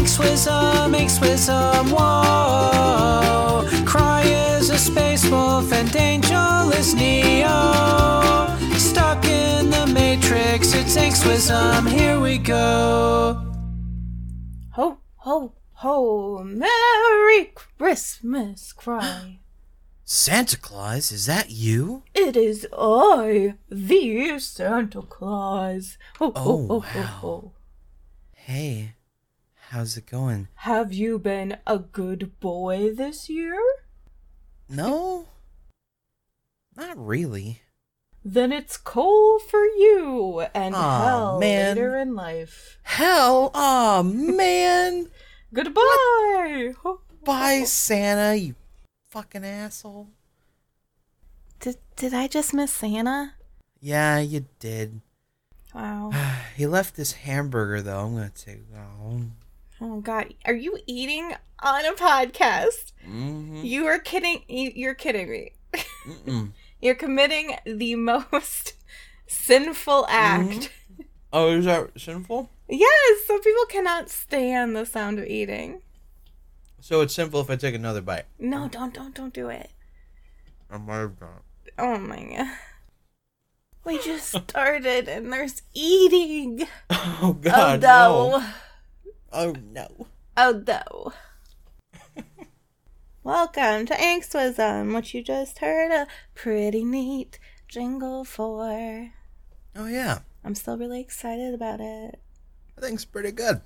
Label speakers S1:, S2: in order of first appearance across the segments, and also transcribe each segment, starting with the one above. S1: Anxwism, anxwism, whoa. Cry is a space wolf and Angel is Neo. Stuck in the matrix, it's anxwism, here we go.
S2: Ho, ho, ho. Merry Christmas, Cry.
S3: Santa Claus, is that you?
S2: It is I, the Santa Claus. Ho, ho,
S3: Oh,
S2: ho, ho,
S3: wow.
S2: ho.
S3: Hey, how's it going?
S2: Have you been a good boy this year?
S3: No? Not really.
S2: Then it's coal for you and
S3: Aw,
S2: hell
S3: man.
S2: later in life.
S3: Hell, aw, man!
S2: Goodbye. Ho,
S3: Bye, Santa, you fucking asshole.
S2: Did, did I just miss Santa?
S3: Yeah, you did.
S2: Wow.
S3: he left this hamburger, though. I'm gonna take that home.
S2: Oh God, are you eating on a podcast?
S3: Mm-hmm.
S2: You are kidding. You, you're kidding me.
S3: Mm-mm.
S2: You're committing the most sinful act.
S3: Oh, is that sinful?
S2: Yes, some people cannot stand the sound of eating.
S3: So it's sinful if I take another bite.
S2: No, don't, don't, don't do it.
S3: I might have done.
S2: Oh my god. We just started and there's eating.
S3: Oh God!
S2: Although,
S3: Oh no!
S2: Oh, although. Welcome to Angstwism, what you just heard a pretty neat jingle for.
S3: Oh yeah,
S2: I'm still really excited about it.
S3: I think it's pretty good.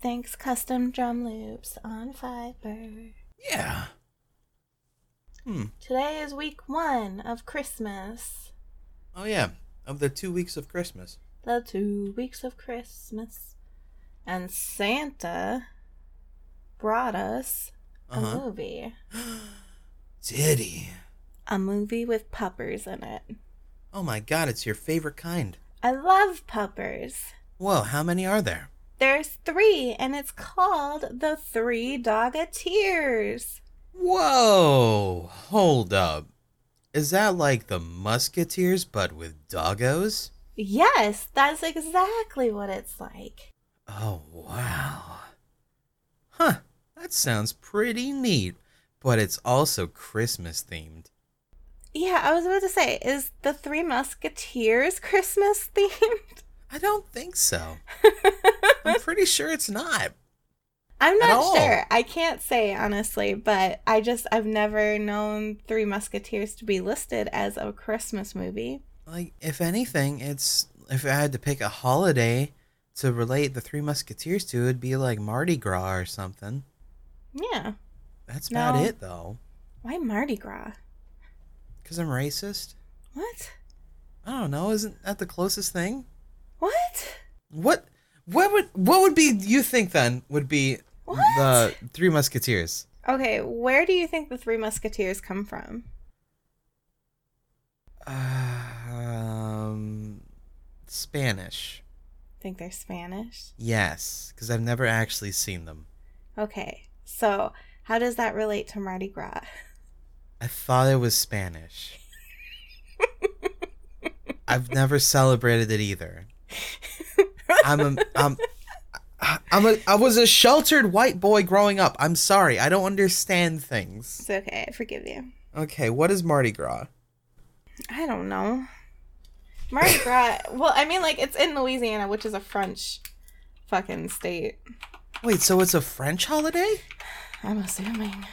S2: Thanks, custom drum loops on Fiverr.
S3: Yeah. Hmm.
S2: Today is week one of Christmas.
S3: Oh yeah. Of the two weeks of Christmas.
S2: the two weeks of Christmas, and Santa brought us a
S3: Uh
S2: movie.
S3: huh. Did he?
S2: A movie with puppers in it.
S3: Oh my God! It's your favorite kind.
S2: I love puppers.
S3: Whoa! How many are there?
S2: There's three, and it's called The Three Dogateers.
S3: Whoa! Hold up. Is that like the Musketeers but with doggos?
S2: Yes, that's exactly what it's like.
S3: Oh, wow. Huh, that sounds pretty neat, but it's also Christmas themed.
S2: Yeah, I was about to say, is The Three Musketeers Christmas themed?
S3: I don't think so. I'm pretty sure it's not.
S2: I'm
S3: At
S2: not
S3: all.
S2: sure. I can't say honestly, but I just I've never known Three Musketeers to be listed as a Christmas movie.
S3: Like, if anything, it's if I had to pick a holiday to relate the Three Musketeers to, it'd be like Mardi Gras or something.
S2: Yeah.
S3: That's about
S2: No.
S3: it, though.
S2: Why Mardi Gras?
S3: Because I'm racist.
S2: What?
S3: I don't know. Isn't that the closest thing?
S2: What?
S3: What? What would what would be you think then would be the
S2: What?
S3: Three Musketeers?
S2: Okay, where do you think the Three Musketeers come from?
S3: Um, Spanish.
S2: Think they're Spanish?
S3: Yes, because I've never actually seen them.
S2: Okay. So, how does that relate to Mardi Gras?
S3: I thought it was Spanish. I've never celebrated it either. I'm a, I'm, I- I'm a, I was a sheltered white boy growing up. I'm sorry. I don't understand things.
S2: It's okay. I forgive you.
S3: Okay, what is Mardi Gras?
S2: I don't know. Mardi Gras. well, I mean like it's in Louisiana, which is a French fucking state.
S3: Wait, so it's a French holiday?
S2: I'm assuming.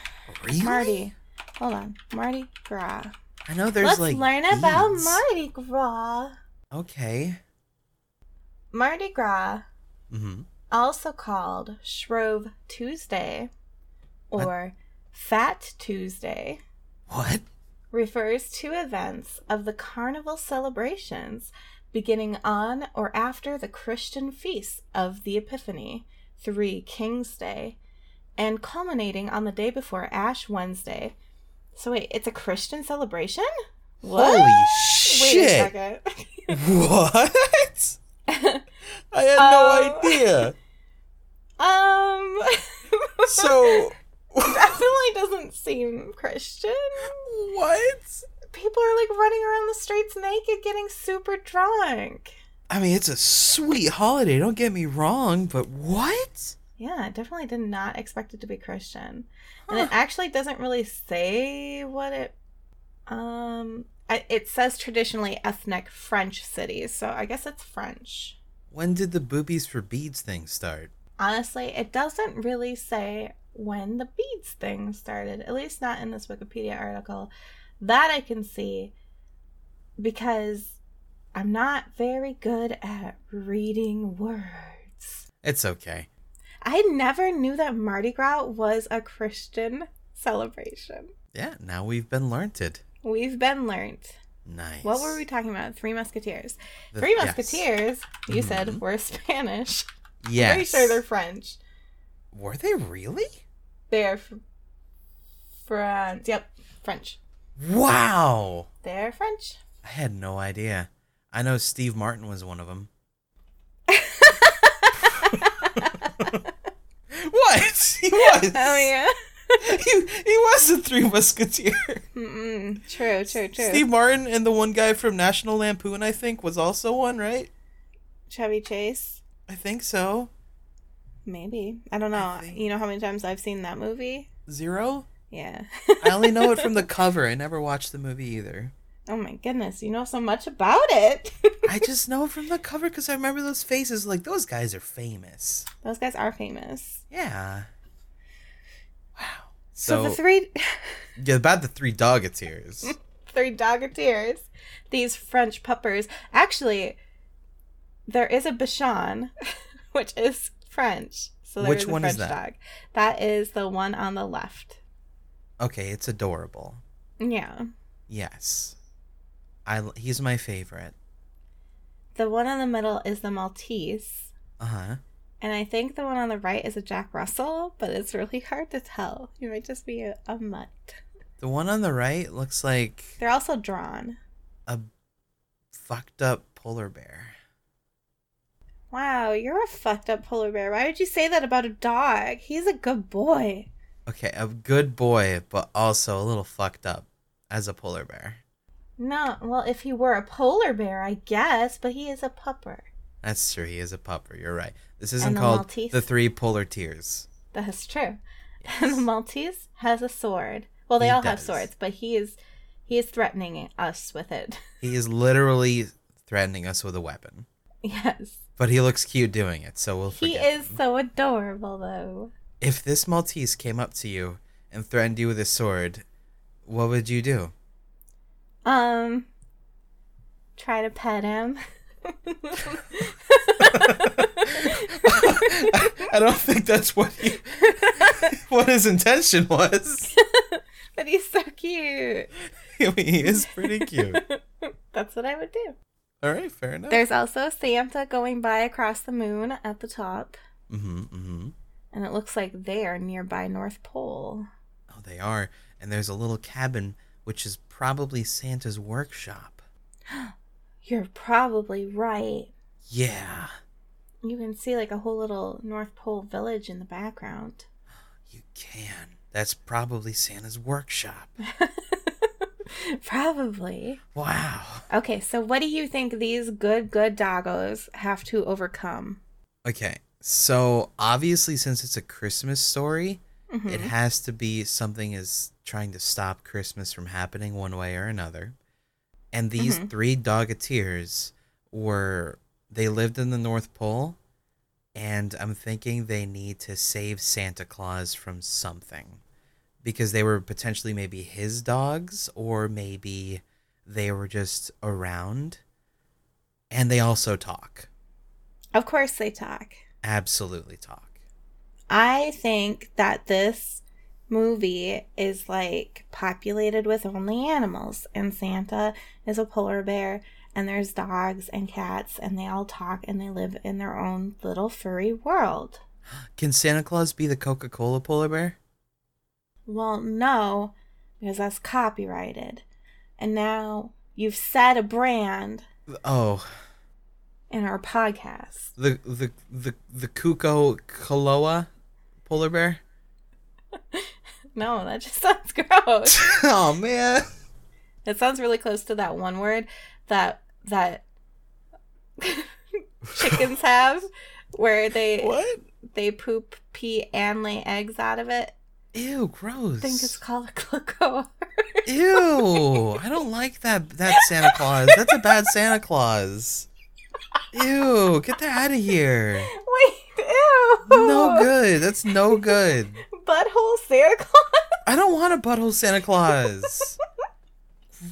S3: Really?
S2: Marty. Hold on. Mardi Gras.
S3: I know there's
S2: Let's
S3: like.
S2: learn about
S3: beads.
S2: Mardi Gras.
S3: Okay.
S2: Mardi Gras,
S3: Mm-hmm.
S2: also called Shrove Tuesday or Fat Tuesday,
S3: What?
S2: refers to events of the carnival celebrations beginning on or after the Christian feasts of the Epiphany, Three Kings Day, and culminating on the day before Ash Wednesday. So, wait, it's a Christian celebration? What?
S3: Holy
S2: Wait
S3: shit!
S2: a second.
S3: What? I had
S2: Um,
S3: no idea.
S2: um,
S3: So
S2: definitely doesn't seem Christian.
S3: what?
S2: People are like running around the streets naked, getting super drunk.
S3: I mean, it's a sweet holiday, don't get me wrong, but what?
S2: Yeah, I definitely did not expect it to be Christian. And it actually doesn't really say what it um I, it says traditionally ethnic French cities, so I guess it's French.
S3: When did the boobies for beads thing start?
S2: Honestly, it doesn't really say when the beads thing started, at least not in this Wikipedia article. That I can see because I'm not very good at reading words.
S3: It's okay.
S2: I never knew that Mardi Gras was a Christian celebration.
S3: Yeah, now we've been learnt it.
S2: We've been learnt.
S3: Nice.
S2: What were we talking about? Three Musketeers.
S3: The-
S2: Three
S3: yes.
S2: Musketeers, you
S3: Mhm.
S2: said, were Spanish.
S3: Yes.
S2: Pretty sure they're French.
S3: Were they really?
S2: They're fr- French. Yep, French.
S3: Wow.
S2: They're French.
S3: I had no idea. I know Steve Martin was one of them. what? He was.
S2: Oh, yeah.
S3: He, he was the Three Musketeer.
S2: Mm-mm. True, true, true.
S3: Steve Martin and the one guy from National Lampoon, I think, was also one, right?
S2: Chevy Chase.
S3: I think so.
S2: Maybe. I don't know.
S3: I think-
S2: You know how many times I've seen that movie?
S3: Zero?
S2: Yeah.
S3: I only know it from the cover. I never watched the movie either.
S2: oh my goodness, you know so much about it.
S3: I just know it from the cover because I remember those faces. Like, those guys are famous.
S2: Those guys are famous.
S3: Yeah. Wow.
S2: So,
S3: So,
S2: the three
S3: yeah, about the three Dogateers.
S2: three doggeteers, these French puppers. Actually, there is a Bichon, which is French. So there
S3: Which
S2: is a
S3: one
S2: French
S3: is that?
S2: dog. That is the one on the left.
S3: okay, it's adorable.
S2: Yeah.
S3: Yes. I, he's my favorite.
S2: The one in the middle is the Maltese.
S3: Uh huh.
S2: And I think the one on the right is a Jack Russell, but it's really hard to tell. You might just be a, a mutt.
S3: The one on the right looks like
S2: They're also drawn.
S3: a fucked up polar bear.
S2: Wow, you're a fucked up polar bear. Why would you say that about a dog? He's a good boy.
S3: Okay, a good boy, but also a little fucked up as a polar bear.
S2: No, well, if he were a polar bear, I guess, but he is a pupper.
S3: That's true. He is a pupper. You're right. This isn't
S2: the
S3: called
S2: Maltese.
S3: the Three Polar Tears.
S2: That's true. And the Maltese has a sword. Well, they
S3: He
S2: all have
S3: does.
S2: swords, but he is he is threatening us with it.
S3: He is literally threatening us with a weapon,
S2: yes.
S3: but he looks cute doing it, so we'll
S2: He
S3: forget.
S2: is
S3: him.
S2: so adorable though.
S3: If this Maltese came up to you and threatened you with his sword, what would you do?
S2: Um try to pet him.
S3: I don't think that's what he, what his intention was.
S2: but he's so cute.
S3: I mean, he is pretty cute.
S2: That's what I would do.
S3: All right, fair enough.
S2: There's also Santa going by across the moon at the top.
S3: Mm-hmm, mm-hmm.
S2: And it looks like they are nearby North Pole.
S3: Oh, they are. And there's a little cabin, which is probably Santa's workshop.
S2: You're probably right.
S3: Yeah,
S2: You can see like a whole little North Pole village in the background.
S3: you can. That's probably Santa's workshop.
S2: probably.
S3: Wow.
S2: Okay, so what do you think these good, good doggos have to overcome?
S3: Okay, so obviously, since it's a Christmas story,
S2: Mm-hmm.
S3: it has to be something is trying to stop Christmas from happening one way or another. And these
S2: Mhm.
S3: three dogateers were they lived in the North Pole, and I'm thinking they need to save Santa Claus from something. Because they were potentially maybe his dogs, or maybe they were just around. And they also talk.
S2: Of course, they talk.
S3: Absolutely talk.
S2: I think that this movie is like populated with only animals, and Santa is a polar bear, and there's dogs and cats, and they all talk and they live in their own little furry world.
S3: Can Santa Claus be the Coca Cola polar bear?
S2: Well, no, because that's copyrighted. And now you've said a brand
S3: Oh,
S2: in our podcast.
S3: the the the the Kuko Koloa polar bear.
S2: No, that just sounds gross.
S3: oh man,
S2: It sounds really close to that one word that that chickens have, where they
S3: What?
S2: they poop, pee, and lay eggs out of it.
S3: Ew, gross.
S2: I think it's called a cloaca.
S3: Ew, I don't like that that Santa Claus. That's a bad Santa Claus. Ew, get that out of here.
S2: Wait, ew.
S3: No good. That's no good.
S2: Butthole Santa Claus.
S3: I don't want a butthole Santa Claus.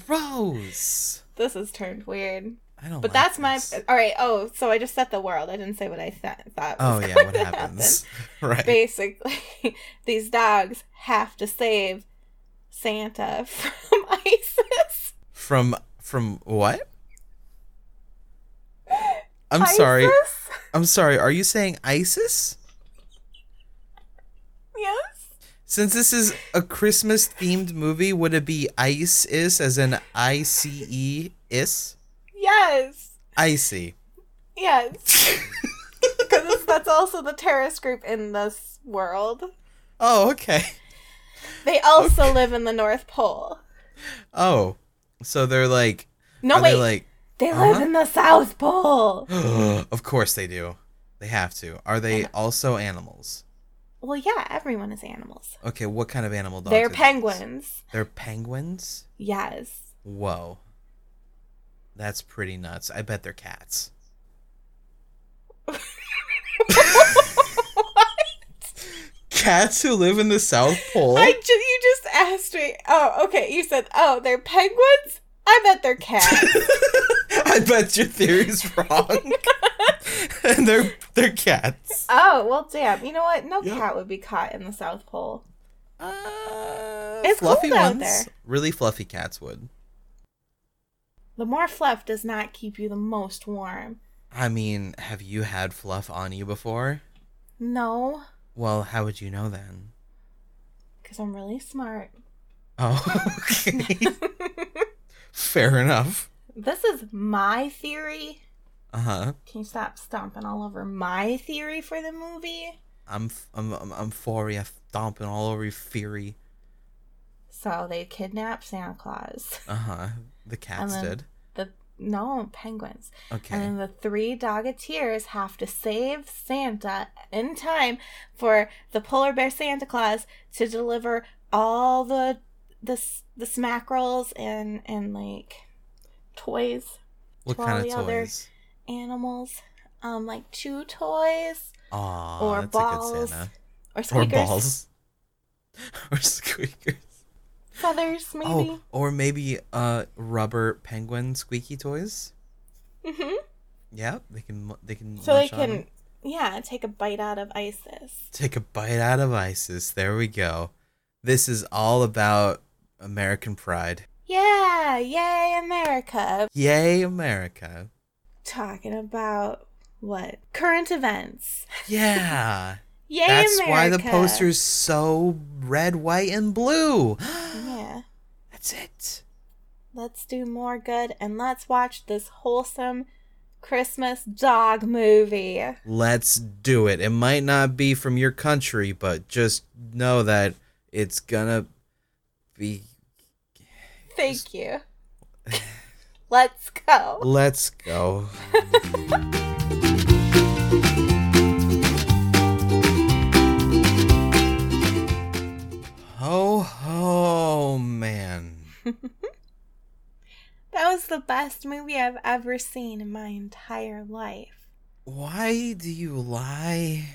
S3: Gross.
S2: This has turned weird.
S3: I don't.
S2: But
S3: like
S2: that's my.
S3: this.
S2: All right. Oh, so I just set the world. I didn't say what I th- thought.
S3: Oh
S2: was
S3: yeah,
S2: going
S3: what
S2: to happen.
S3: happens? Right.
S2: Basically, these dogs have to save Santa from ISIS.
S3: From from what? I'm sorry.
S2: ISIS?
S3: I'm sorry. Are you saying ISIS?
S2: Yes.
S3: Since this is a Christmas themed movie, would it be ice is as in I C E is?
S2: Yes.
S3: Icy.
S2: Yes. Because that's also the terrorist group in this world.
S3: Oh, okay.
S2: They also live in the North Pole.
S3: Oh. So they're like
S2: No,
S3: are
S2: wait.
S3: they
S2: They,
S3: like
S2: live
S3: uh-huh.
S2: in the South Pole.
S3: of course they do. They have to. Are they also animals?
S2: Well, yeah, everyone is animals.
S3: Okay, what kind of animal dogs?
S2: They're
S3: are these?
S2: penguins.
S3: They're penguins?
S2: Yes.
S3: Whoa. That's pretty nuts. I bet they're cats. Cats who live in the South Pole?
S2: I ju- you just asked me. Oh, okay. You said, oh, they're penguins? I bet they're cats.
S3: I bet your theory's wrong. and they're they're cats.
S2: oh, well, damn. You know what? No
S3: Yeah.
S2: cat would be caught in the South Pole.
S3: Uh,
S2: It's
S3: fluffy
S2: cold out
S3: ones.
S2: there.
S3: Really fluffy cats would.
S2: The more fluff does not keep you the most warm.
S3: I mean, have you had fluff on you before?
S2: No,
S3: Well, how would you know then?
S2: because I'm really smart.
S3: Oh, okay. Fair enough.
S2: This is my theory.
S3: Uh huh.
S2: Can you stop stomping all over my theory for the movie?
S3: I'm f- I'm I'm, I'm for you, stomping all over your fury.
S2: So they kidnap Santa Claus.
S3: Uh huh. The cats
S2: And then-
S3: did.
S2: The no penguins,
S3: Okay.
S2: and then the three dogateers have to save Santa in time for the polar bear Santa Claus to deliver all the the s- the smack rolls and and like toys
S3: what
S2: to all
S3: kind of
S2: the other-
S3: toys?
S2: animals, um like chew toys
S3: Aw,
S2: or
S3: that's a good
S2: balls
S3: Santa.
S2: or squeakers,
S3: Or balls. or squeakers.
S2: feathers maybe.
S3: Oh, or maybe uh rubber penguin squeaky toys.
S2: hmm
S3: Yeah, they can mu- they can
S2: So they
S3: munch on
S2: can,
S3: 'em.
S2: yeah, take a bite out of ISIS.
S3: take a bite out of ISIS. There we go. This is all about American pride.
S2: Yeah, yay, America.
S3: Yay, America.
S2: Talking about what? Current events.
S3: Yeah.
S2: Yay,
S3: That's
S2: America.
S3: why the poster's so red, white, and blue.
S2: Yeah.
S3: That's it.
S2: Let's do more good and let's watch this wholesome Christmas dog movie.
S3: Let's do it. It might not be from your country, but just know that it's gonna be.
S2: Thank you. let's go.
S3: Let's go. ho ho, man.
S2: That was the best movie I've ever seen in my entire life.
S3: Why do you lie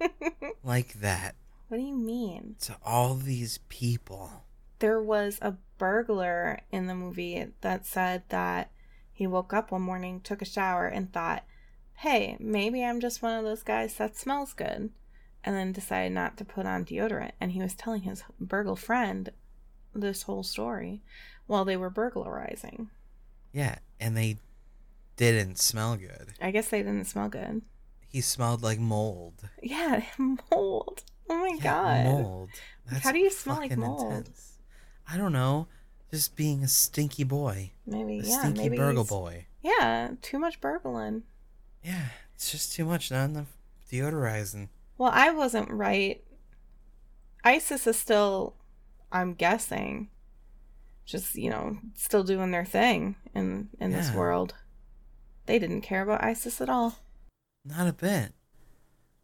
S2: what
S3: like that
S2: do you mean?
S3: to all these people?
S2: there was a burglar in the movie that said that he woke up one morning, took a shower, and thought, hey, maybe I'm just one of those guys that smells good. And then decided not to put on deodorant. And he was telling his burgle friend this whole story while they were burglarizing.
S3: Yeah, and they didn't smell good.
S2: I guess they didn't smell good.
S3: He smelled like mold.
S2: Yeah, mold. Oh my
S3: Yeah,
S2: god.
S3: mold.
S2: Like, how do you smell like
S3: fucking
S2: mold?
S3: intense. I don't know. Just being a stinky boy,
S2: Maybe,
S3: a
S2: yeah.
S3: stinky
S2: Maybe
S3: burgle
S2: he's-
S3: boy.
S2: Yeah, too much burgling.
S3: Yeah, it's just too much. Not enough deodorizing.
S2: Well, I wasn't right. ISIS is still, I'm guessing, just you know, still doing their thing in in this
S3: Yeah.
S2: world. They didn't care about ISIS at all.
S3: Not a bit.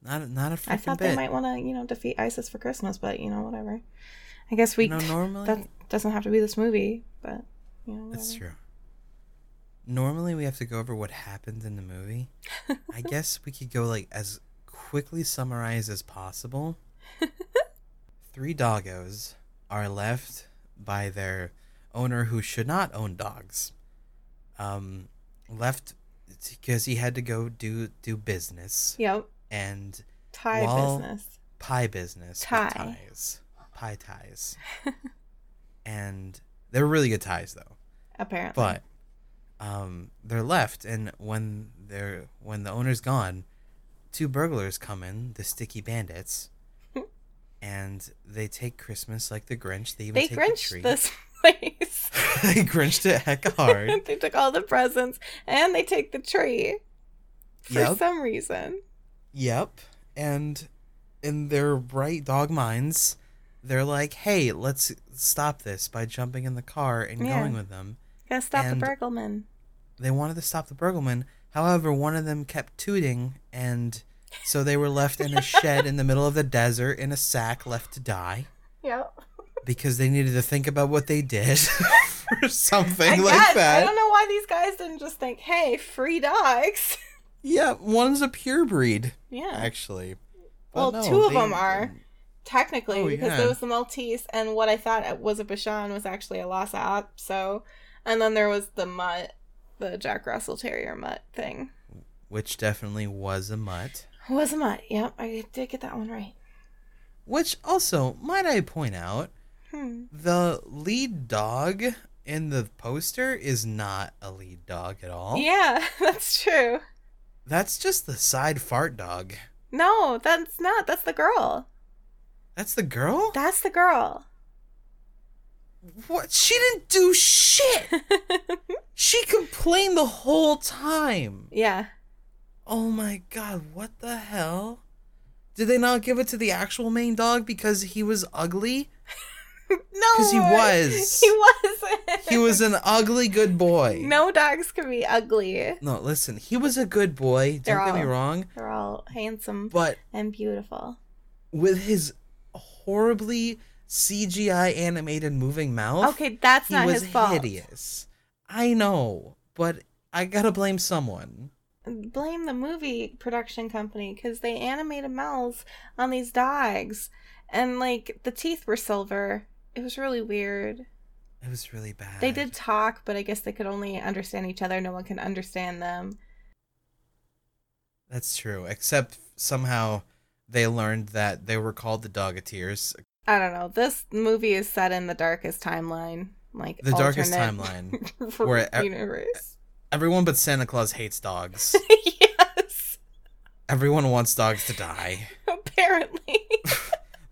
S3: Not a, not a freaking
S2: I thought
S3: bit.
S2: they might want to, you know, defeat ISIS for Christmas, but you know, whatever. I guess we
S3: You know, normally-
S2: that doesn't have to be this movie, but you know,
S3: That's
S2: whatever.
S3: true. Normally we have to go over what happened in the movie. I guess we could go like as quickly summarized as possible. Three doggos are left by their owner who should not own dogs. Um left because he had to go do do business
S2: Yep,
S3: and
S2: Thai
S3: Well,
S2: business.
S3: pie business. with
S2: Tie.
S3: Ties. Pie ties. and they were really good ties though
S2: Apparently,
S3: but um, they're left and when they're when the owner's gone two burglars come in the sticky bandits and they take christmas like the grinch they even
S2: they
S3: take the tree
S2: grinched this place.
S3: they grinched it heck hard
S2: they took all the presents and they take the tree for
S3: Yep.
S2: some reason.
S3: Yep. And in their bright dog minds, they're like, hey, let's stop this by jumping in the car and
S2: Yeah.
S3: going with them.
S2: Gotta stop
S3: And-
S2: the Bergelman.
S3: They wanted to stop the burglarman. However, one of them kept tooting, and so they were left in a shed in the middle of the desert in a sack left to die
S2: Yep.
S3: because they needed to think about what they did or something
S2: I
S3: like
S2: guess.
S3: that.
S2: I don't know why these guys didn't just think, "Hey, free dogs."
S3: Yeah, one's a pure breed,
S2: yeah.
S3: actually.
S2: Well,
S3: But
S2: two of
S3: they-
S2: them are. technically
S3: Oh,
S2: because
S3: yeah.
S2: there was the Maltese and what I thought was a Bashan was actually a Lhasa Apso, and then there was the mutt, the Jack Russell Terrier mutt thing.
S3: Which definitely was a mutt.
S2: It was a mutt. Yep, I did get that one right.
S3: Which also, might I point out,
S2: Hmm.
S3: the lead dog in the poster is not a lead dog at all.
S2: Yeah, that's true.
S3: That's just the side fart dog.
S2: No, that's not. That's the girl.
S3: That's the girl?
S2: That's the girl.
S3: what? She didn't do shit! she complained the whole time.
S2: yeah.
S3: Oh my god, what the hell? Did they not give it to the actual main dog because he was ugly?
S2: No.
S3: 'Cause he was.
S2: He wasn't.
S3: He was an ugly good boy.
S2: No dogs can be ugly.
S3: No, listen, he was a good boy.
S2: They're
S3: Don't get me
S2: all-
S3: wrong.
S2: They're all handsome
S3: But
S2: and beautiful.
S3: with his horribly CGI animated moving mouth.
S2: Okay, that's
S3: he
S2: not
S3: was
S2: his fault.
S3: hideous. I know, but I gotta blame someone.
S2: blame the movie production company because they animated mouths on these dogs and like the teeth were silver it was really weird
S3: It was really bad.
S2: they did talk but i guess they could only understand each other no one can understand them
S3: That's true. Except somehow they learned that they were called the Dogateers.
S2: i don't know this movie is set in the darkest timeline like
S3: The darkest
S2: alternate
S3: timeline.
S2: r-
S3: where e-
S2: universe
S3: Everyone but Santa Claus hates dogs.
S2: yes
S3: Everyone wants dogs to die.
S2: apparently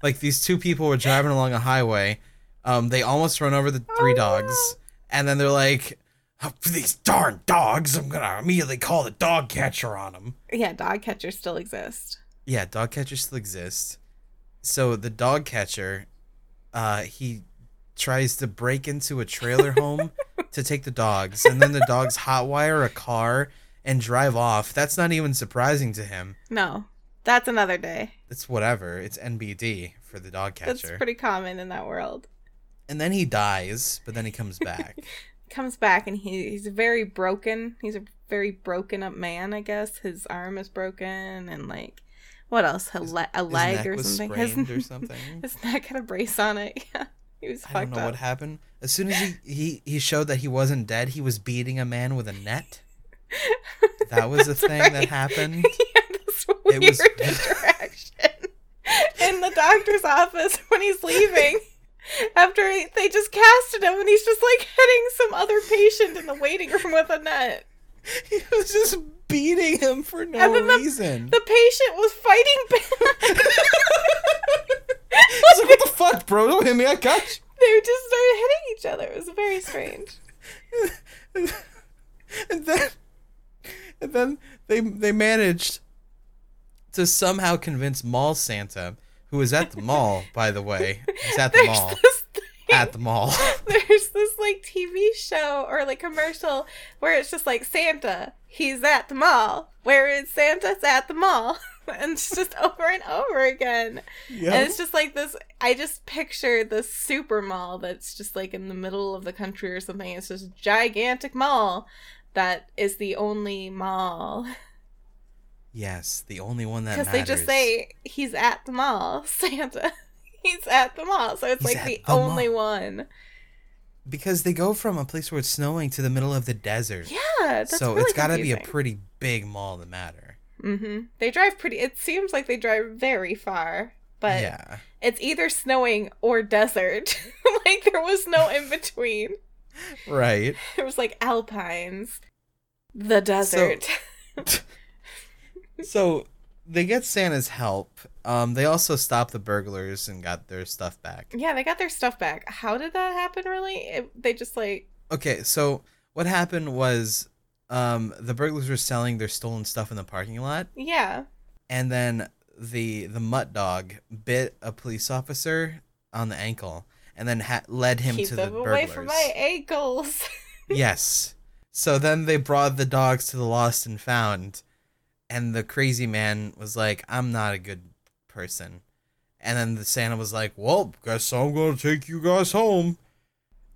S3: Like these two people were driving along a highway. Um, they almost run over the three
S2: Oh,
S3: dogs, and then they're like, "Oh, "These darn dogs! I'm gonna immediately call the dog catcher on them."
S2: yeah dog catchers still exist
S3: Yeah, dog catchers still exist. So the dog catcher, uh, he tries to break into a trailer home to take the dogs, and then the dogs hotwire a car and drive off. That's not even surprising to him.
S2: no that's another day
S3: It's whatever. It's NBD for the dog
S2: that's
S3: catcher.
S2: pretty common in that world
S3: and then he dies, but then he comes back.
S2: comes back and he, he's very broken. He's a very broken up man, I guess. His arm is broken and like what else? A, le- a
S3: His
S2: leg
S3: neck
S2: or
S3: was
S2: something.
S3: sprained or
S2: his,
S3: something.
S2: his neck had a brace on it. Yeah, he was
S3: I don't
S2: fucked
S3: know
S2: up.
S3: what happened. As soon as he, he he showed that he wasn't dead, he was beating a man with a net. That was a
S2: That's
S3: thing that
S2: right.
S3: happened.
S2: yeah, this weird
S3: was-
S2: interaction in the doctor's office when he's leaving. After he- they just casted him and he's just like hitting some other patient in the waiting room with a net.
S3: He was just beating him for no
S2: And then the-
S3: reason.
S2: The patient was fighting back.
S3: He's like, what the fuck, bro? Don't hit me, I got
S2: they just started hitting each other. It was very strange.
S3: you. and then, and then they they managed to somehow convince Mall Santa, who was at the mall, by the way, he's at the
S2: There's
S3: mall.
S2: this thing
S3: at the mall.
S2: there's this like TV show or like commercial where it's just like Santa, he's at the mall. Where is Santa? It's at the mall. And it's just over and over again. And it's just like this I just picture this super mall that's just like in the middle of the country or something. It's just gigantic mall that is the only mall.
S3: Yes, the only one that
S2: Because
S3: matters.
S2: they just say he's at the mall, Santa. He's at the mall. So it's
S3: He's
S2: like
S3: at
S2: the,
S3: the
S2: only
S3: mall.
S2: one.
S3: because they go from a place where it's snowing to the middle of the desert.
S2: Yeah. That's
S3: so
S2: really
S3: it's got to be a
S2: confusing.
S3: pretty big mall to matter.
S2: hmm They drive pretty. It seems like they drive very far, but
S3: yeah.
S2: it's either snowing or desert. like there was no in between.
S3: Right.
S2: There was like alpines, the desert.
S3: so they get Santa's help. Um, they also stopped the burglars and got their stuff back.
S2: yeah, they got their stuff back. How did that happen? Really? It, they just like
S3: Okay, so what happened was um, the burglars were selling their stolen stuff in the parking lot,
S2: yeah.
S3: and then the the mutt dog bit a police officer on the ankle, and then ha- led him
S2: Keep
S3: to
S2: them
S3: the
S2: away
S3: burglars.
S2: from my ankles.
S3: yes. So then they brought the dogs to the lost and found, and the crazy man was like, "I'm not a good person," and then the Santa was like, "Well, guess I'm gonna take you guys home,"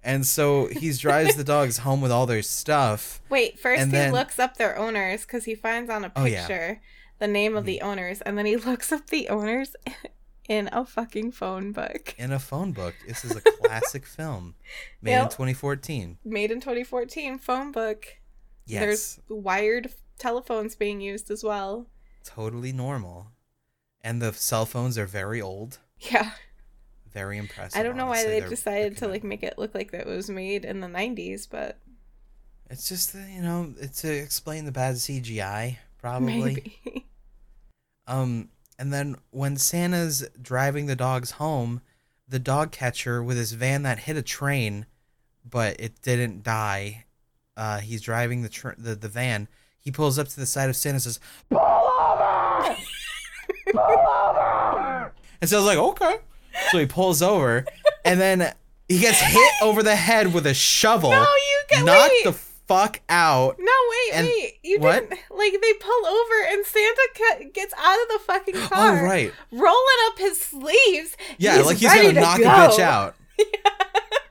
S3: and so he drives the dogs home with all their stuff.
S2: Wait, first
S3: And
S2: he
S3: then-
S2: looks up their owners because he finds on a
S3: Oh, yeah. Mm-hmm.
S2: picture the name of the owners, and then he looks up the owners in a fucking phone book.
S3: in a phone book. This is a classic film made in
S2: Yep.
S3: 2014.
S2: made in 2014 phone book.
S3: Yes,
S2: There's wired telephones being used as well.
S3: totally normal. And the cell phones are very old,
S2: Yeah.
S3: very impressive.
S2: I don't know why
S3: honestly.
S2: they
S3: They're-
S2: decided to
S3: they're
S2: like
S3: connected.
S2: make it look like that it was made in the 90s, but
S3: It's just that, you know it's to explain the bad CGI probably.
S2: maybe.
S3: Um, and then when Santa's driving the dogs home, the dog catcher with his van that hit a train, but it didn't die. Uh, he's driving the tr- the the van. He pulls up to the side of Santa and says, "Pull over! Pull over!" And so I was like, "Okay." So he pulls over, and then he gets hit over the head with a shovel.
S2: No, you get
S3: knocked
S2: wait.
S3: Oh. the fuck out.
S2: no, wait,
S3: and-
S2: wait. You
S3: what?
S2: didn't like they pull over and Santa ca- gets out of the fucking car.
S3: Oh right.
S2: Rolling up his sleeves.
S3: Yeah, like he's
S2: ready
S3: gonna
S2: to
S3: knock
S2: go.
S3: a bitch out.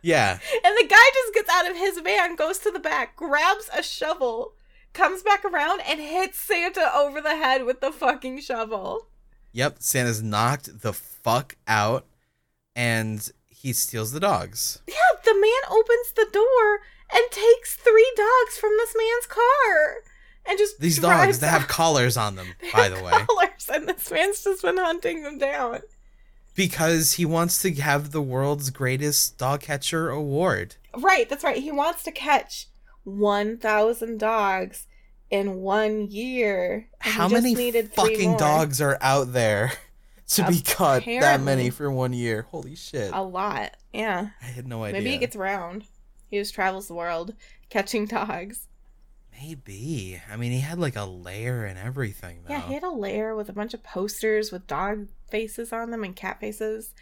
S3: yeah.
S2: And the guy just gets out of his van, goes to the back, grabs a shovel, comes back around, and hits Santa over the head with the fucking shovel.
S3: Yep. Santa's knocked the fuck out and he steals the dogs.
S2: Yeah, the man opens the door and takes three dogs from this man's car and just
S3: These dogs
S2: drives
S3: that have collars on them, by the way,
S2: collars, and this man's just been hunting them down.
S3: because he wants to have the world's greatest dog catcher award.
S2: Right, that's right. He wants to catch one thousand dogs in one year. and he
S3: How
S2: just
S3: many
S2: needed three
S3: fucking
S2: more.
S3: dogs are out there to be caught that
S2: Apparently.
S3: many for one year? Holy shit.
S2: A lot. Yeah.
S3: I had no idea.
S2: Maybe he gets around. He just travels the world catching dogs.
S3: Maybe. I mean, he had like a lair and everything, though.
S2: Yeah, he had a lair with a bunch of posters with dog faces on them and cat faces.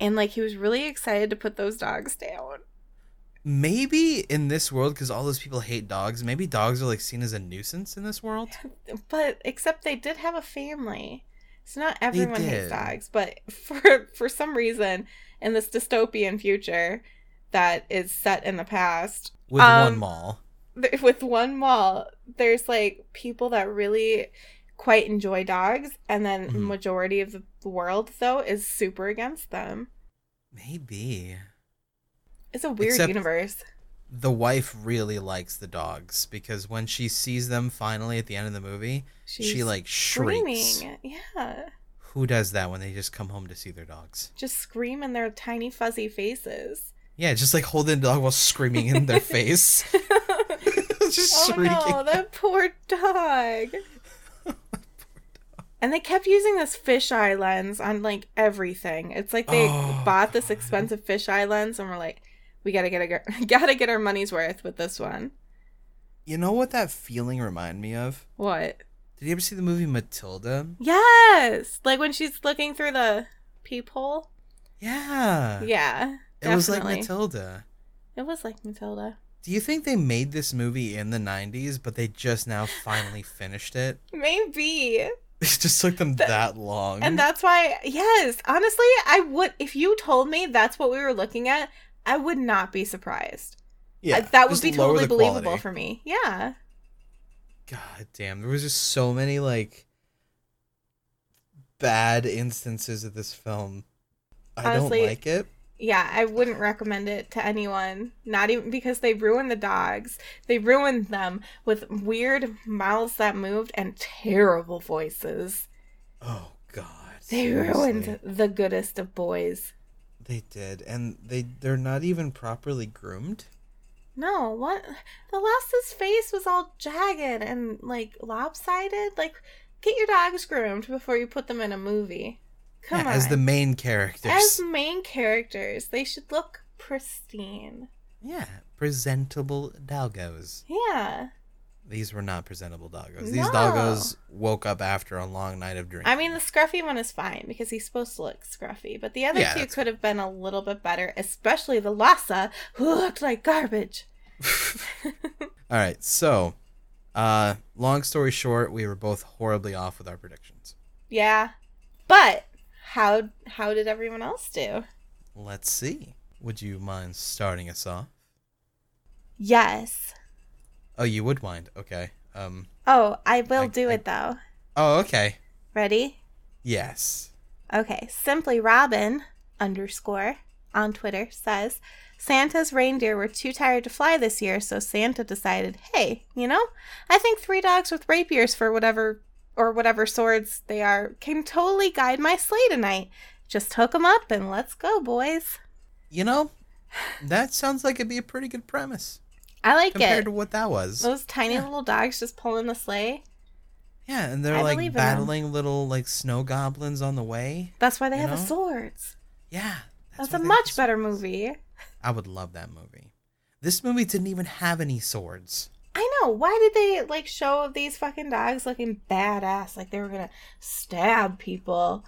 S2: And like he was really excited to put those dogs down.
S3: maybe in this world because all those people hate dogs maybe dogs are like seen as a nuisance in this world
S2: But except they did have a family. So not everyone
S3: did.
S2: hates dogs, but for for some reason in this dystopian future that is set in the past,
S3: with
S2: Um,
S3: one mall
S2: th- with one mall there's like people that really quite enjoy dogs and then the
S3: Mhm.
S2: majority of the world though is super against them
S3: maybe
S2: it's a weird
S3: Except-
S2: universe
S3: the wife really likes the dogs because when she sees them finally at the end of the movie she
S2: She's
S3: like shrieks
S2: screaming yeah
S3: who does that when they just come home to see their dogs
S2: just scream in their tiny fuzzy faces
S3: yeah just like holding the dog while screaming in their face just
S2: oh
S3: shrieking
S2: no that poor dog and they kept using this fisheye lens on like everything. It's like they
S3: Oh,
S2: bought this
S3: God.
S2: expensive fisheye lens and were like, "We gotta get a gotta get our money's worth with this one."
S3: you know what that feeling remind me of
S2: What?
S3: did you ever see the movie matilda
S2: Yes, like when she's looking through the peephole.
S3: yeah
S2: Yeah,
S3: It was like
S2: Definitely.
S3: Matilda.
S2: It was like Matilda.
S3: Do you think they made this movie in the 90s, but they just now finally finished it?
S2: Maybe.
S3: It just took them
S2: Th-
S3: that long.
S2: And that's why, yes, honestly, I would, if you told me that's what we were looking at, I would not be surprised. I- uh, that would
S3: just
S2: be
S3: lower
S2: totally
S3: the
S2: believable
S3: quality.
S2: for me. Yeah.
S3: God damn, there was just so many like bad instances of this film. I
S2: Honestly-
S3: don't like it.
S2: Yeah, I wouldn't recommend it to anyone. Not even because they ruined the dogs. They ruined them with weird mouths that moved and terrible voices.
S3: Oh god.
S2: They ruined
S3: seriously.
S2: the goodest of boys.
S3: They did. And they they're not even properly groomed.
S2: No, what? The lass's face was all jagged and like lopsided. Like, get your dogs groomed before you put them in a movie. Come
S3: Yeah,
S2: on.
S3: as the main characters.
S2: as main characters, they should look pristine.
S3: Yeah, presentable doggos.
S2: Yeah.
S3: These were not presentable doggos. These
S2: No.
S3: doggos woke up after a long night of drinking.
S2: I mean, the scruffy one is fine because he's supposed to look scruffy, but the other
S3: Yeah,
S2: two
S3: that's
S2: could have been a little bit better, especially the Lhasa, who looked like garbage.
S3: All right, so uh long story short, we were both horribly off with our predictions.
S2: Yeah. But how how did everyone else do?
S3: Let's see. Would you mind starting us off?
S2: Yes.
S3: Oh, you would mind. Okay. Um.
S2: Oh, I will
S3: I-
S2: do
S3: I-
S2: it though.
S3: Oh, okay.
S2: Ready?
S3: Yes.
S2: Okay. Simply Robin underscore on Twitter says Santa's reindeer were too tired to fly this year, so Santa decided, hey, you know, I think three dogs with rapiers for whatever or whatever swords they are can totally guide my sleigh tonight. Just hook 'em up and let's go, boys.
S3: You know, that sounds like it'd be a pretty good premise
S2: I like
S3: compared
S2: it.
S3: to what that was.
S2: Those tiny
S3: Yeah.
S2: little dogs just pulling the sleigh.
S3: Yeah, and they're
S2: I believe
S3: like
S2: in 'em.
S3: battling little like snow goblins on the way.
S2: That's why they
S3: You
S2: have the
S3: know?
S2: swords.
S3: Yeah.
S2: That's,
S3: what
S2: a
S3: they-
S2: much better movie.
S3: I would love that movie. This movie didn't even have any swords.
S2: I know. Why did they like show these fucking dogs looking badass, like they were gonna stab people?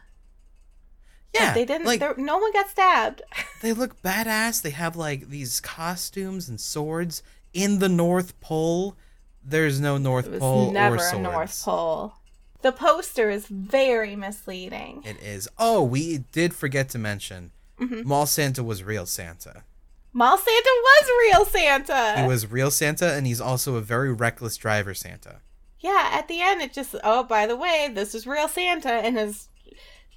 S2: But
S3: Yeah,
S2: they didn't.
S3: Like
S2: there- no one got stabbed.
S3: they look badass. They have like these costumes and swords in the North Pole. There's no North
S2: It was
S3: Pole
S2: never
S3: or
S2: a
S3: swords.
S2: North Pole. The poster is very misleading.
S3: It is. Oh, we did forget to mention Mall Santa was real Santa.
S2: Mall Santa was real Santa.
S3: He was real Santa, and he's also a very reckless driver Santa.
S2: yeah. At the end, it just oh, by the way, this is real Santa, and his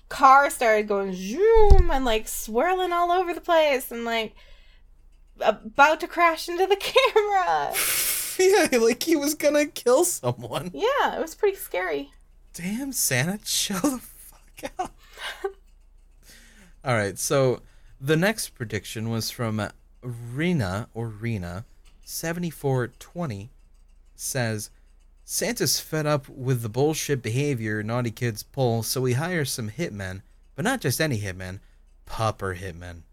S2: car started going zoom and like swirling all over the place, and like about to crash into the camera.
S3: yeah, like he was gonna kill someone.
S2: Yeah, it was pretty scary.
S3: Damn, Santa, chill the fuck out. All right, so the next prediction was from Rena or Rena, seventy-four twenty, says. Santa's fed up with the bullshit behavior naughty kids pull, so he hires some hitmen, but not just any hitmen, pauper hitmen.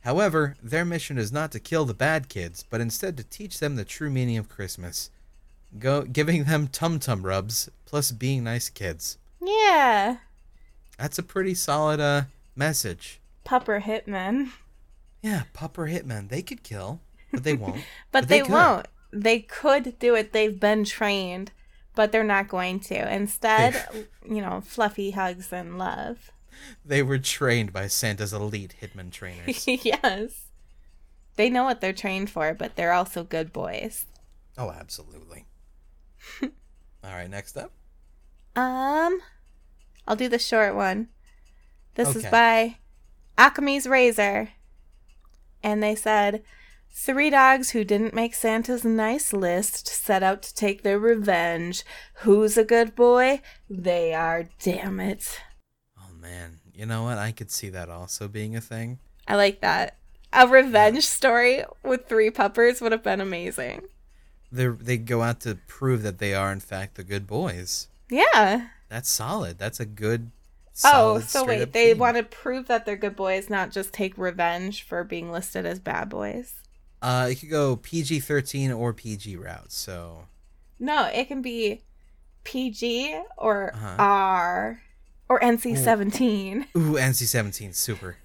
S3: However, their mission is not to kill the bad kids, but instead to teach them the true meaning of Christmas. Go giving them tum tum rubs, plus being nice kids.
S2: Yeah.
S3: That's a pretty solid uh message.
S2: Pupper hitmen.
S3: Yeah, pauper hitmen, they could kill, but they won't.
S2: But, they,
S3: could.
S2: won't. They could do it. They've been trained, but they're not going to. Instead, you know, fluffy hugs and love.
S3: They were trained by Santa's elite hitman trainers.
S2: yes. They know what they're trained for, but they're also good boys.
S3: oh, absolutely. All right, next up.
S2: Um, I'll do the short one. This is
S3: Okay.
S2: by Akami's Razor. And they said, Three dogs who didn't make Santa's nice list set out to take their revenge. Who's a good boy? They are, damn it.
S3: Oh man, you know what? I could see that also being a thing.
S2: I like that. A revenge story with three puppers would have been amazing.
S3: They they go out to prove that they are in fact the good boys.
S2: Yeah.
S3: That's solid. That's a good.
S2: oh,
S3: Solid,
S2: so wait, they want to prove that they're good boys, not just take revenge for being listed as bad boys.
S3: Uh, it could go PG thirteen or PG route. So
S2: No, it can be PG or
S3: Uh-huh. Oh.
S2: R or NC 17.
S3: ooh, NC seventeen, super.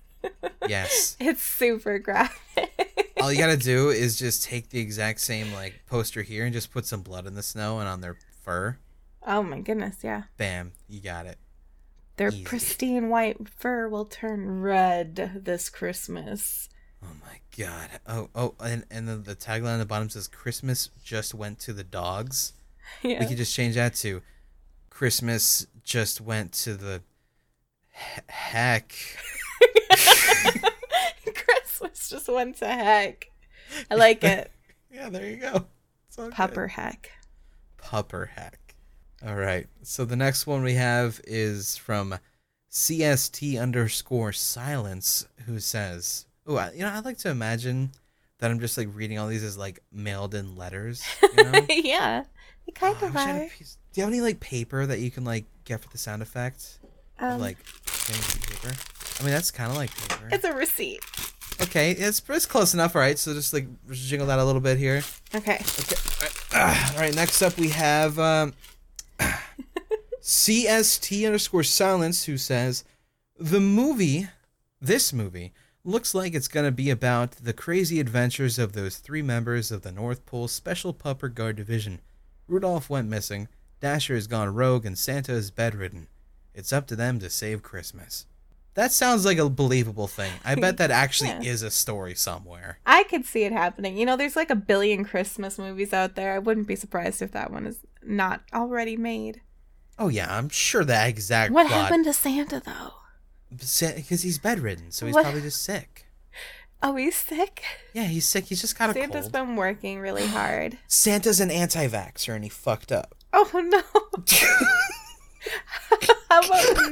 S3: Yes.
S2: It's super graphic.
S3: All you gotta do is just take the exact same like poster here and just put some blood in the snow and on their fur.
S2: Oh my goodness, yeah.
S3: Bam, you got it.
S2: Their
S3: Easy.
S2: pristine white fur will turn red this Christmas.
S3: Oh my god. Oh oh and, and then the tagline on the bottom says Christmas just went to the dogs.
S2: Yeah.
S3: We could just change that to Christmas just went to the he- heck.
S2: Christmas just went to heck. I like it.
S3: Yeah, there you go. It's all good.
S2: Pupper heck.
S3: Pupper Hack. All right. So the next one we have is from CST underscore silence, who says, Oh, I- you know, I like to imagine that I'm just like reading all these as like mailed in letters. You know?
S2: yeah. They kind
S3: Um, Oh, I
S2: of
S3: wish I had a
S2: are.
S3: piece- Do you have any like paper that you can like get for the sound effect?
S2: Um,
S3: like things in paper? I mean, that's kind of like paper.
S2: it's a receipt.
S3: okay, it's, it's close enough, all right? So just like jiggle that a little bit here.
S2: Okay.
S3: Ah, all right, next up we have um, CST underscore silence who says the movie, this movie, looks like it's going to be about the crazy adventures of those three members of the North Pole Special Pupper Guard Division. Rudolph went missing, Dasher has gone rogue, and Santa is bedridden. It's up to them to save Christmas. That sounds like a believable thing. I bet that actually
S2: Yeah.
S3: is a story somewhere.
S2: I could see it happening. You know, there's like a billion Christmas movies out there. I wouldn't be surprised if that one is not already made.
S3: Oh yeah, I'm sure that exact
S2: What
S3: plot
S2: happened to Santa though?
S3: because he's bedridden, so he's
S2: What-
S3: probably just sick.
S2: Oh, he's sick.
S3: Yeah, he's sick. He's just got a
S2: Santa's
S3: cold.
S2: been working really hard.
S3: Santa's an anti-vaxxer, and he fucked up.
S2: Oh no. How about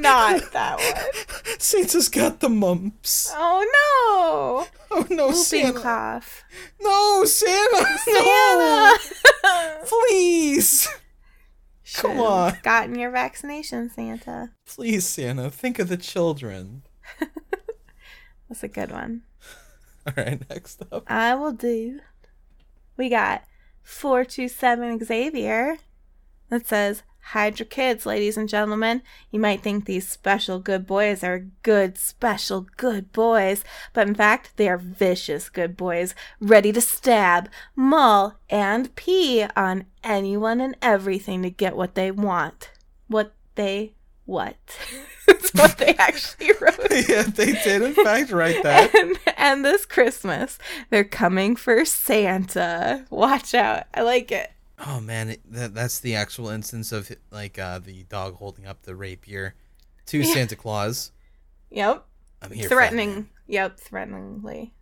S2: not that one?
S3: Santa's got the mumps.
S2: Oh
S3: Oh no,
S2: no. Whooping
S3: Santa!
S2: cough.
S3: No, Santa! No,
S2: Santa.
S3: please, Come
S2: Should've
S3: on.
S2: Gotten your vaccination, Santa.
S3: please, Santa, think of the children.
S2: That's a good one.
S3: All right, next up.
S2: I will do. We got 427 Xavier that says, Hide your kids, ladies and gentlemen. You might think these special good boys are good, special good boys, but in fact, they are vicious good boys, ready to stab, maul, and pee on anyone and everything to get what they want. What they what? That's what they actually wrote.
S3: yeah, they did in fact write that.
S2: And, and this Christmas, they're coming for Santa. Watch out. I like it.
S3: Oh man, it- that, that's the actual instance of like uh, the dog holding up the rapier to
S2: Yeah.
S3: Santa Claus.
S2: Yep.
S3: I'm here, fat man.
S2: Threatening. Yep. Threateningly.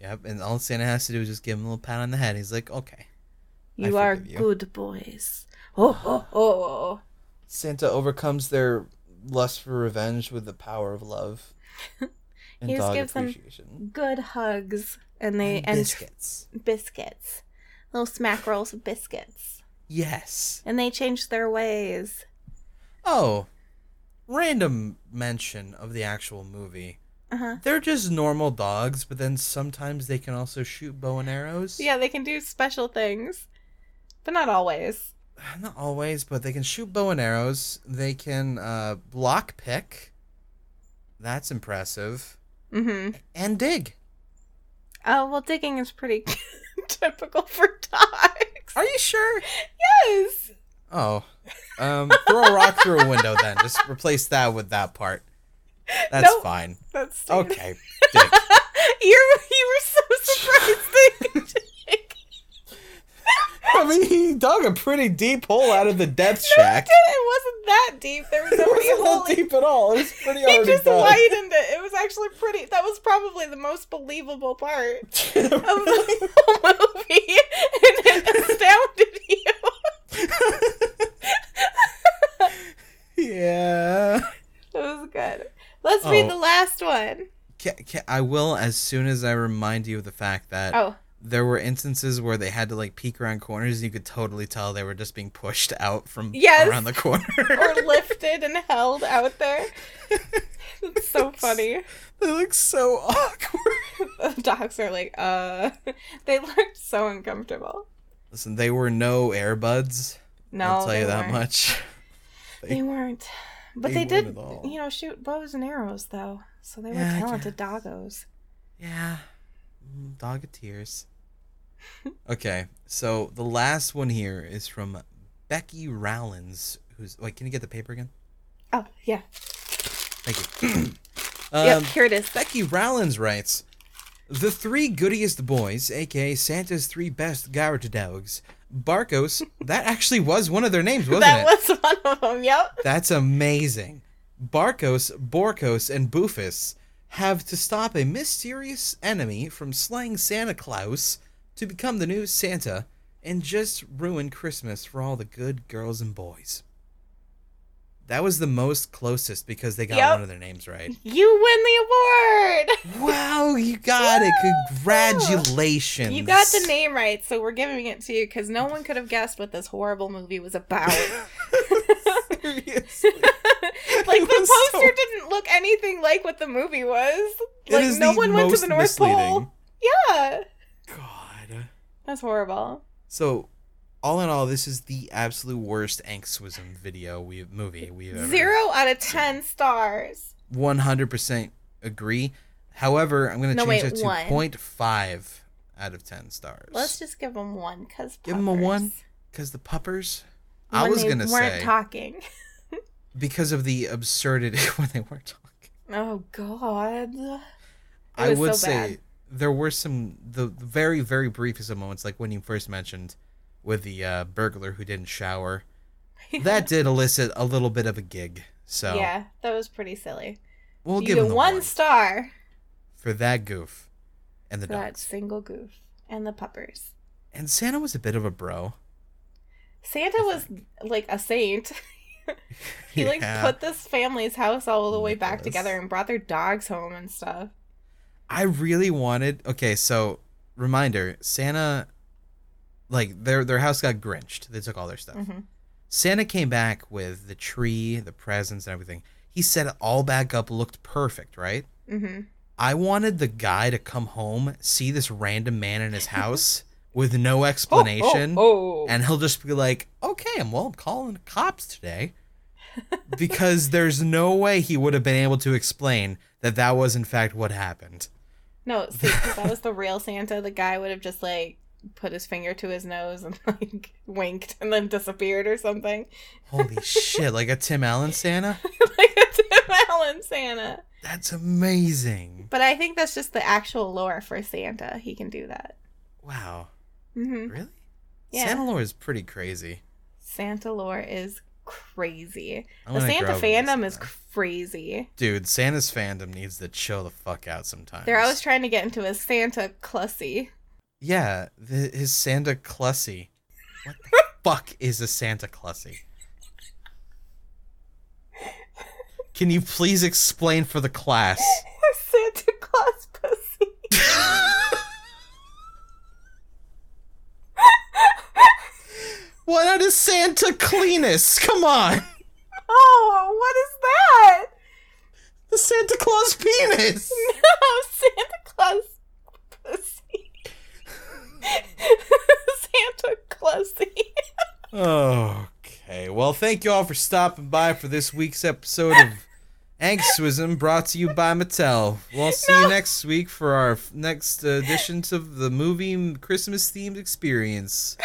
S3: Yep, and all Santa has to do is just give him a little pat on the head. He's like, okay.
S2: You are
S3: forgive you.
S2: good boys. Oh, ho, ho.
S3: Santa overcomes their lust for revenge with the power of love and
S2: He just
S3: dog
S2: gives them-
S3: appreciation.
S2: Good hugs. And they
S3: And
S2: and
S3: biscuits.
S2: biscuits. Little smack rolls of biscuits.
S3: Yes.
S2: And they change their ways.
S3: Oh, random mention of the actual movie.
S2: Uh huh.
S3: They're just normal dogs, but then sometimes they can also shoot bow and arrows.
S2: Yeah, they can do special things, but not always.
S3: Not always, but they can shoot bow and arrows. They can uh, block pick. That's impressive.
S2: Mm hmm.
S3: And dig.
S2: Oh, well, digging is pretty typical for dogs.
S3: Are you sure?
S2: Yes.
S3: Oh, um, throw a rock through a window then. Just replace that with that part. That's
S2: Nope.
S3: fine.
S2: That's okay.
S3: Okay. Dick.
S2: you you were so surprised they could dig.
S3: I mean, he dug a pretty deep hole out of the depth shack.
S2: It wasn't that deep. There was already a
S3: it wasn't
S2: hole.
S3: that deep at all. It was pretty
S2: He
S3: hard
S2: just
S3: dug.
S2: widened it. It was actually pretty. That was probably the most believable part of the whole movie, and it astounded you.
S3: yeah.
S2: It was good. Let's read
S3: Oh.
S2: the last one.
S3: Ca ca- I will as soon as I remind you of the fact that
S2: Oh,
S3: there were instances where they had to like peek around corners, and you could totally tell they were just being pushed out from
S2: Yes.
S3: around the corner.
S2: or lifted and held out there. It's so funny.
S3: they look so awkward.
S2: The dogs are like, uh, they looked so uncomfortable.
S3: Listen, they were no airbuds.
S2: No,
S3: I'll tell
S2: they
S3: you that
S2: weren't.
S3: much.
S2: They weren't. But
S3: They
S2: they,
S3: win
S2: did,
S3: it all.
S2: you know, shoot bows and arrows though, so they were
S3: Yeah, I
S2: talented
S3: guess.
S2: doggos.
S3: Yeah. Mm, Dog of tears. okay, so the last one here is from Becky Rollins, who's wait, can you get the paper again?
S2: Oh yeah,
S3: Thank you. um,
S2: yep. Here it is.
S3: Becky Rollins writes The three goodiest boys, aka Santa's three best guard dogs, Barkos, that actually was one of their names, wasn't
S2: that
S3: it?
S2: was one of them. Yep.
S3: That's amazing. Barkos, Borkos, and Boofus have to stop a mysterious enemy from slaying Santa Claus to become the new Santa and just ruin Christmas for all the good girls and boys. That was the most closest because they got
S2: Yep.
S3: one of their names right.
S2: You win the award.
S3: Wow, you got it.
S2: Woo!
S3: Congratulations.
S2: You got the name right, so we're giving it to you because no one could have guessed what this horrible movie was about.
S3: Seriously.
S2: like
S3: It
S2: the
S3: was
S2: poster
S3: so-
S2: didn't look anything like what the movie was.
S3: It
S2: Like
S3: is
S2: no
S3: the
S2: one went to
S3: most
S2: the North Pole.
S3: misleading.
S2: Yeah,
S3: God.
S2: that's horrible.
S3: So, all in all, this is the absolute worst Anxwism video we movie we've ever.
S2: Zero out of ten stars.
S3: One hundred percent agree. However, I'm gonna
S2: No,
S3: change
S2: wait,
S3: it to
S2: one.
S3: 0.5 out of ten stars.
S2: Let's just give them one, cause
S3: Give 'em a one.
S2: puppers.
S3: because the puppers. I
S2: When
S3: was
S2: they
S3: gonna
S2: weren't
S3: say
S2: talking.
S3: because of the absurdity when they were talking.
S2: Oh God. It
S3: I
S2: was
S3: would
S2: so
S3: say
S2: bad.
S3: there were some the the very very briefest of moments, like when you first mentioned with the uh, burglar who didn't shower. that did elicit a little bit of a gig. So
S2: Yeah, that was pretty silly.
S3: we'll
S2: you
S3: give
S2: get
S3: him the
S2: one
S3: one.
S2: star
S3: for that goof and the
S2: for that
S3: dogs.
S2: single goof and the puppers.
S3: And Santa was a bit of a bro.
S2: Santa was like a saint. He like
S3: Yeah.
S2: put this family's house all the way back
S3: Nicholas.
S2: together and brought their dogs home and stuff.
S3: I really wanted. Okay, so reminder: Santa, like their their house got grinched. They took all their stuff.
S2: Mhm.
S3: Santa came back with the tree, the presents, and everything. He set it all back up, looked perfect, right?
S2: hmm
S3: I wanted the guy to come home, see this random man in his house with no
S2: Oh, oh,
S3: explanation,
S2: Oh,
S3: and he'll just be like, "Okay, I'm well, I'm calling the cops today," because there's no way he would have been able to explain that that was in fact what happened.
S2: no! See, if that was the real Santa. The guy would have just like put his finger to his nose and like winked and then disappeared or something,
S3: Holy shit! Like a Tim Allen Santa?
S2: like a Tim Allen Santa.
S3: That's amazing!
S2: But I think that's just the actual lore for Santa. He can do that.
S3: Wow,
S2: hmm
S3: really?
S2: Yeah.
S3: Santa lore is pretty crazy.
S2: Santa lore is crazy.
S3: I
S2: the
S3: wanna
S2: Santa
S3: grow up and be
S2: fandom is
S3: Santa.
S2: crazy.
S3: dude. Santa's fandom needs to chill the fuck out sometimes.
S2: They're always trying to get into a Santa clussy.
S3: Yeah, the, his Santa Clussy. What the fuck is a Santa Clussy? Can you please explain for the class?
S2: Santa Claus pussy.
S3: What out of Santa Cleanus? Come on!
S2: Oh, what is that?
S3: The Santa Claus penis!
S2: No, Santa Claus pussy. Santa Clausy.
S3: Okay, well, thank you all for stopping by for this week's episode of Angswism brought to you by Mattel. We'll see you next week for our f- next uh, editions of the movie Christmas themed experience.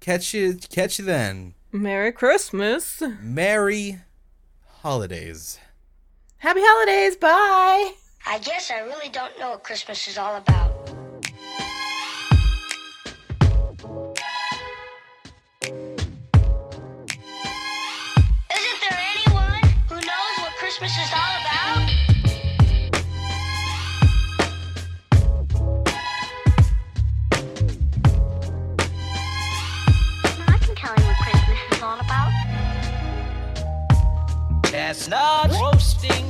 S3: catch you, catch you then.
S2: Merry Christmas.
S3: Merry holidays.
S2: Happy holidays. Bye.
S4: I guess I really don't know what Christmas is all about. Isn't there anyone who knows what Christmas is all about? I can tell you what Christmas is all about.
S5: Chestnut roasting.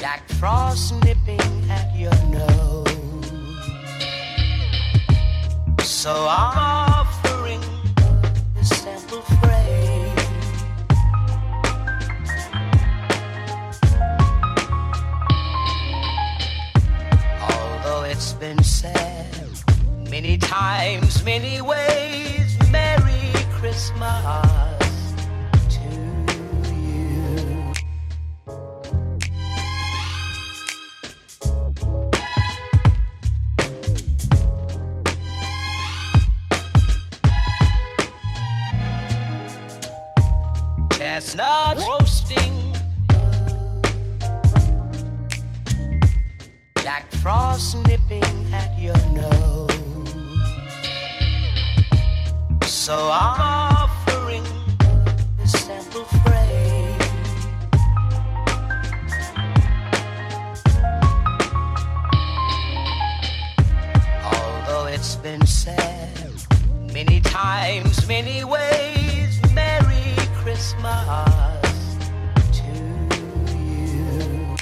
S5: Jack Frost nipping at your nose. So I'm offering this simple phrase. Although it's been said many times, many ways, Merry Christmas. roasting. Like frost nipping at your nose. So offering the simple phrase. Although it's been said many times, many ways, Merry Christmas to you.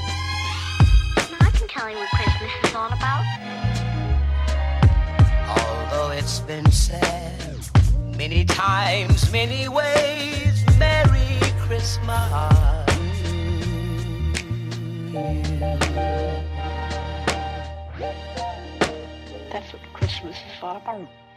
S4: Now I can tell you what Christmas is all about.
S5: Although it's been said many times, many ways, Merry Christmas.
S6: That's what Christmas is all about.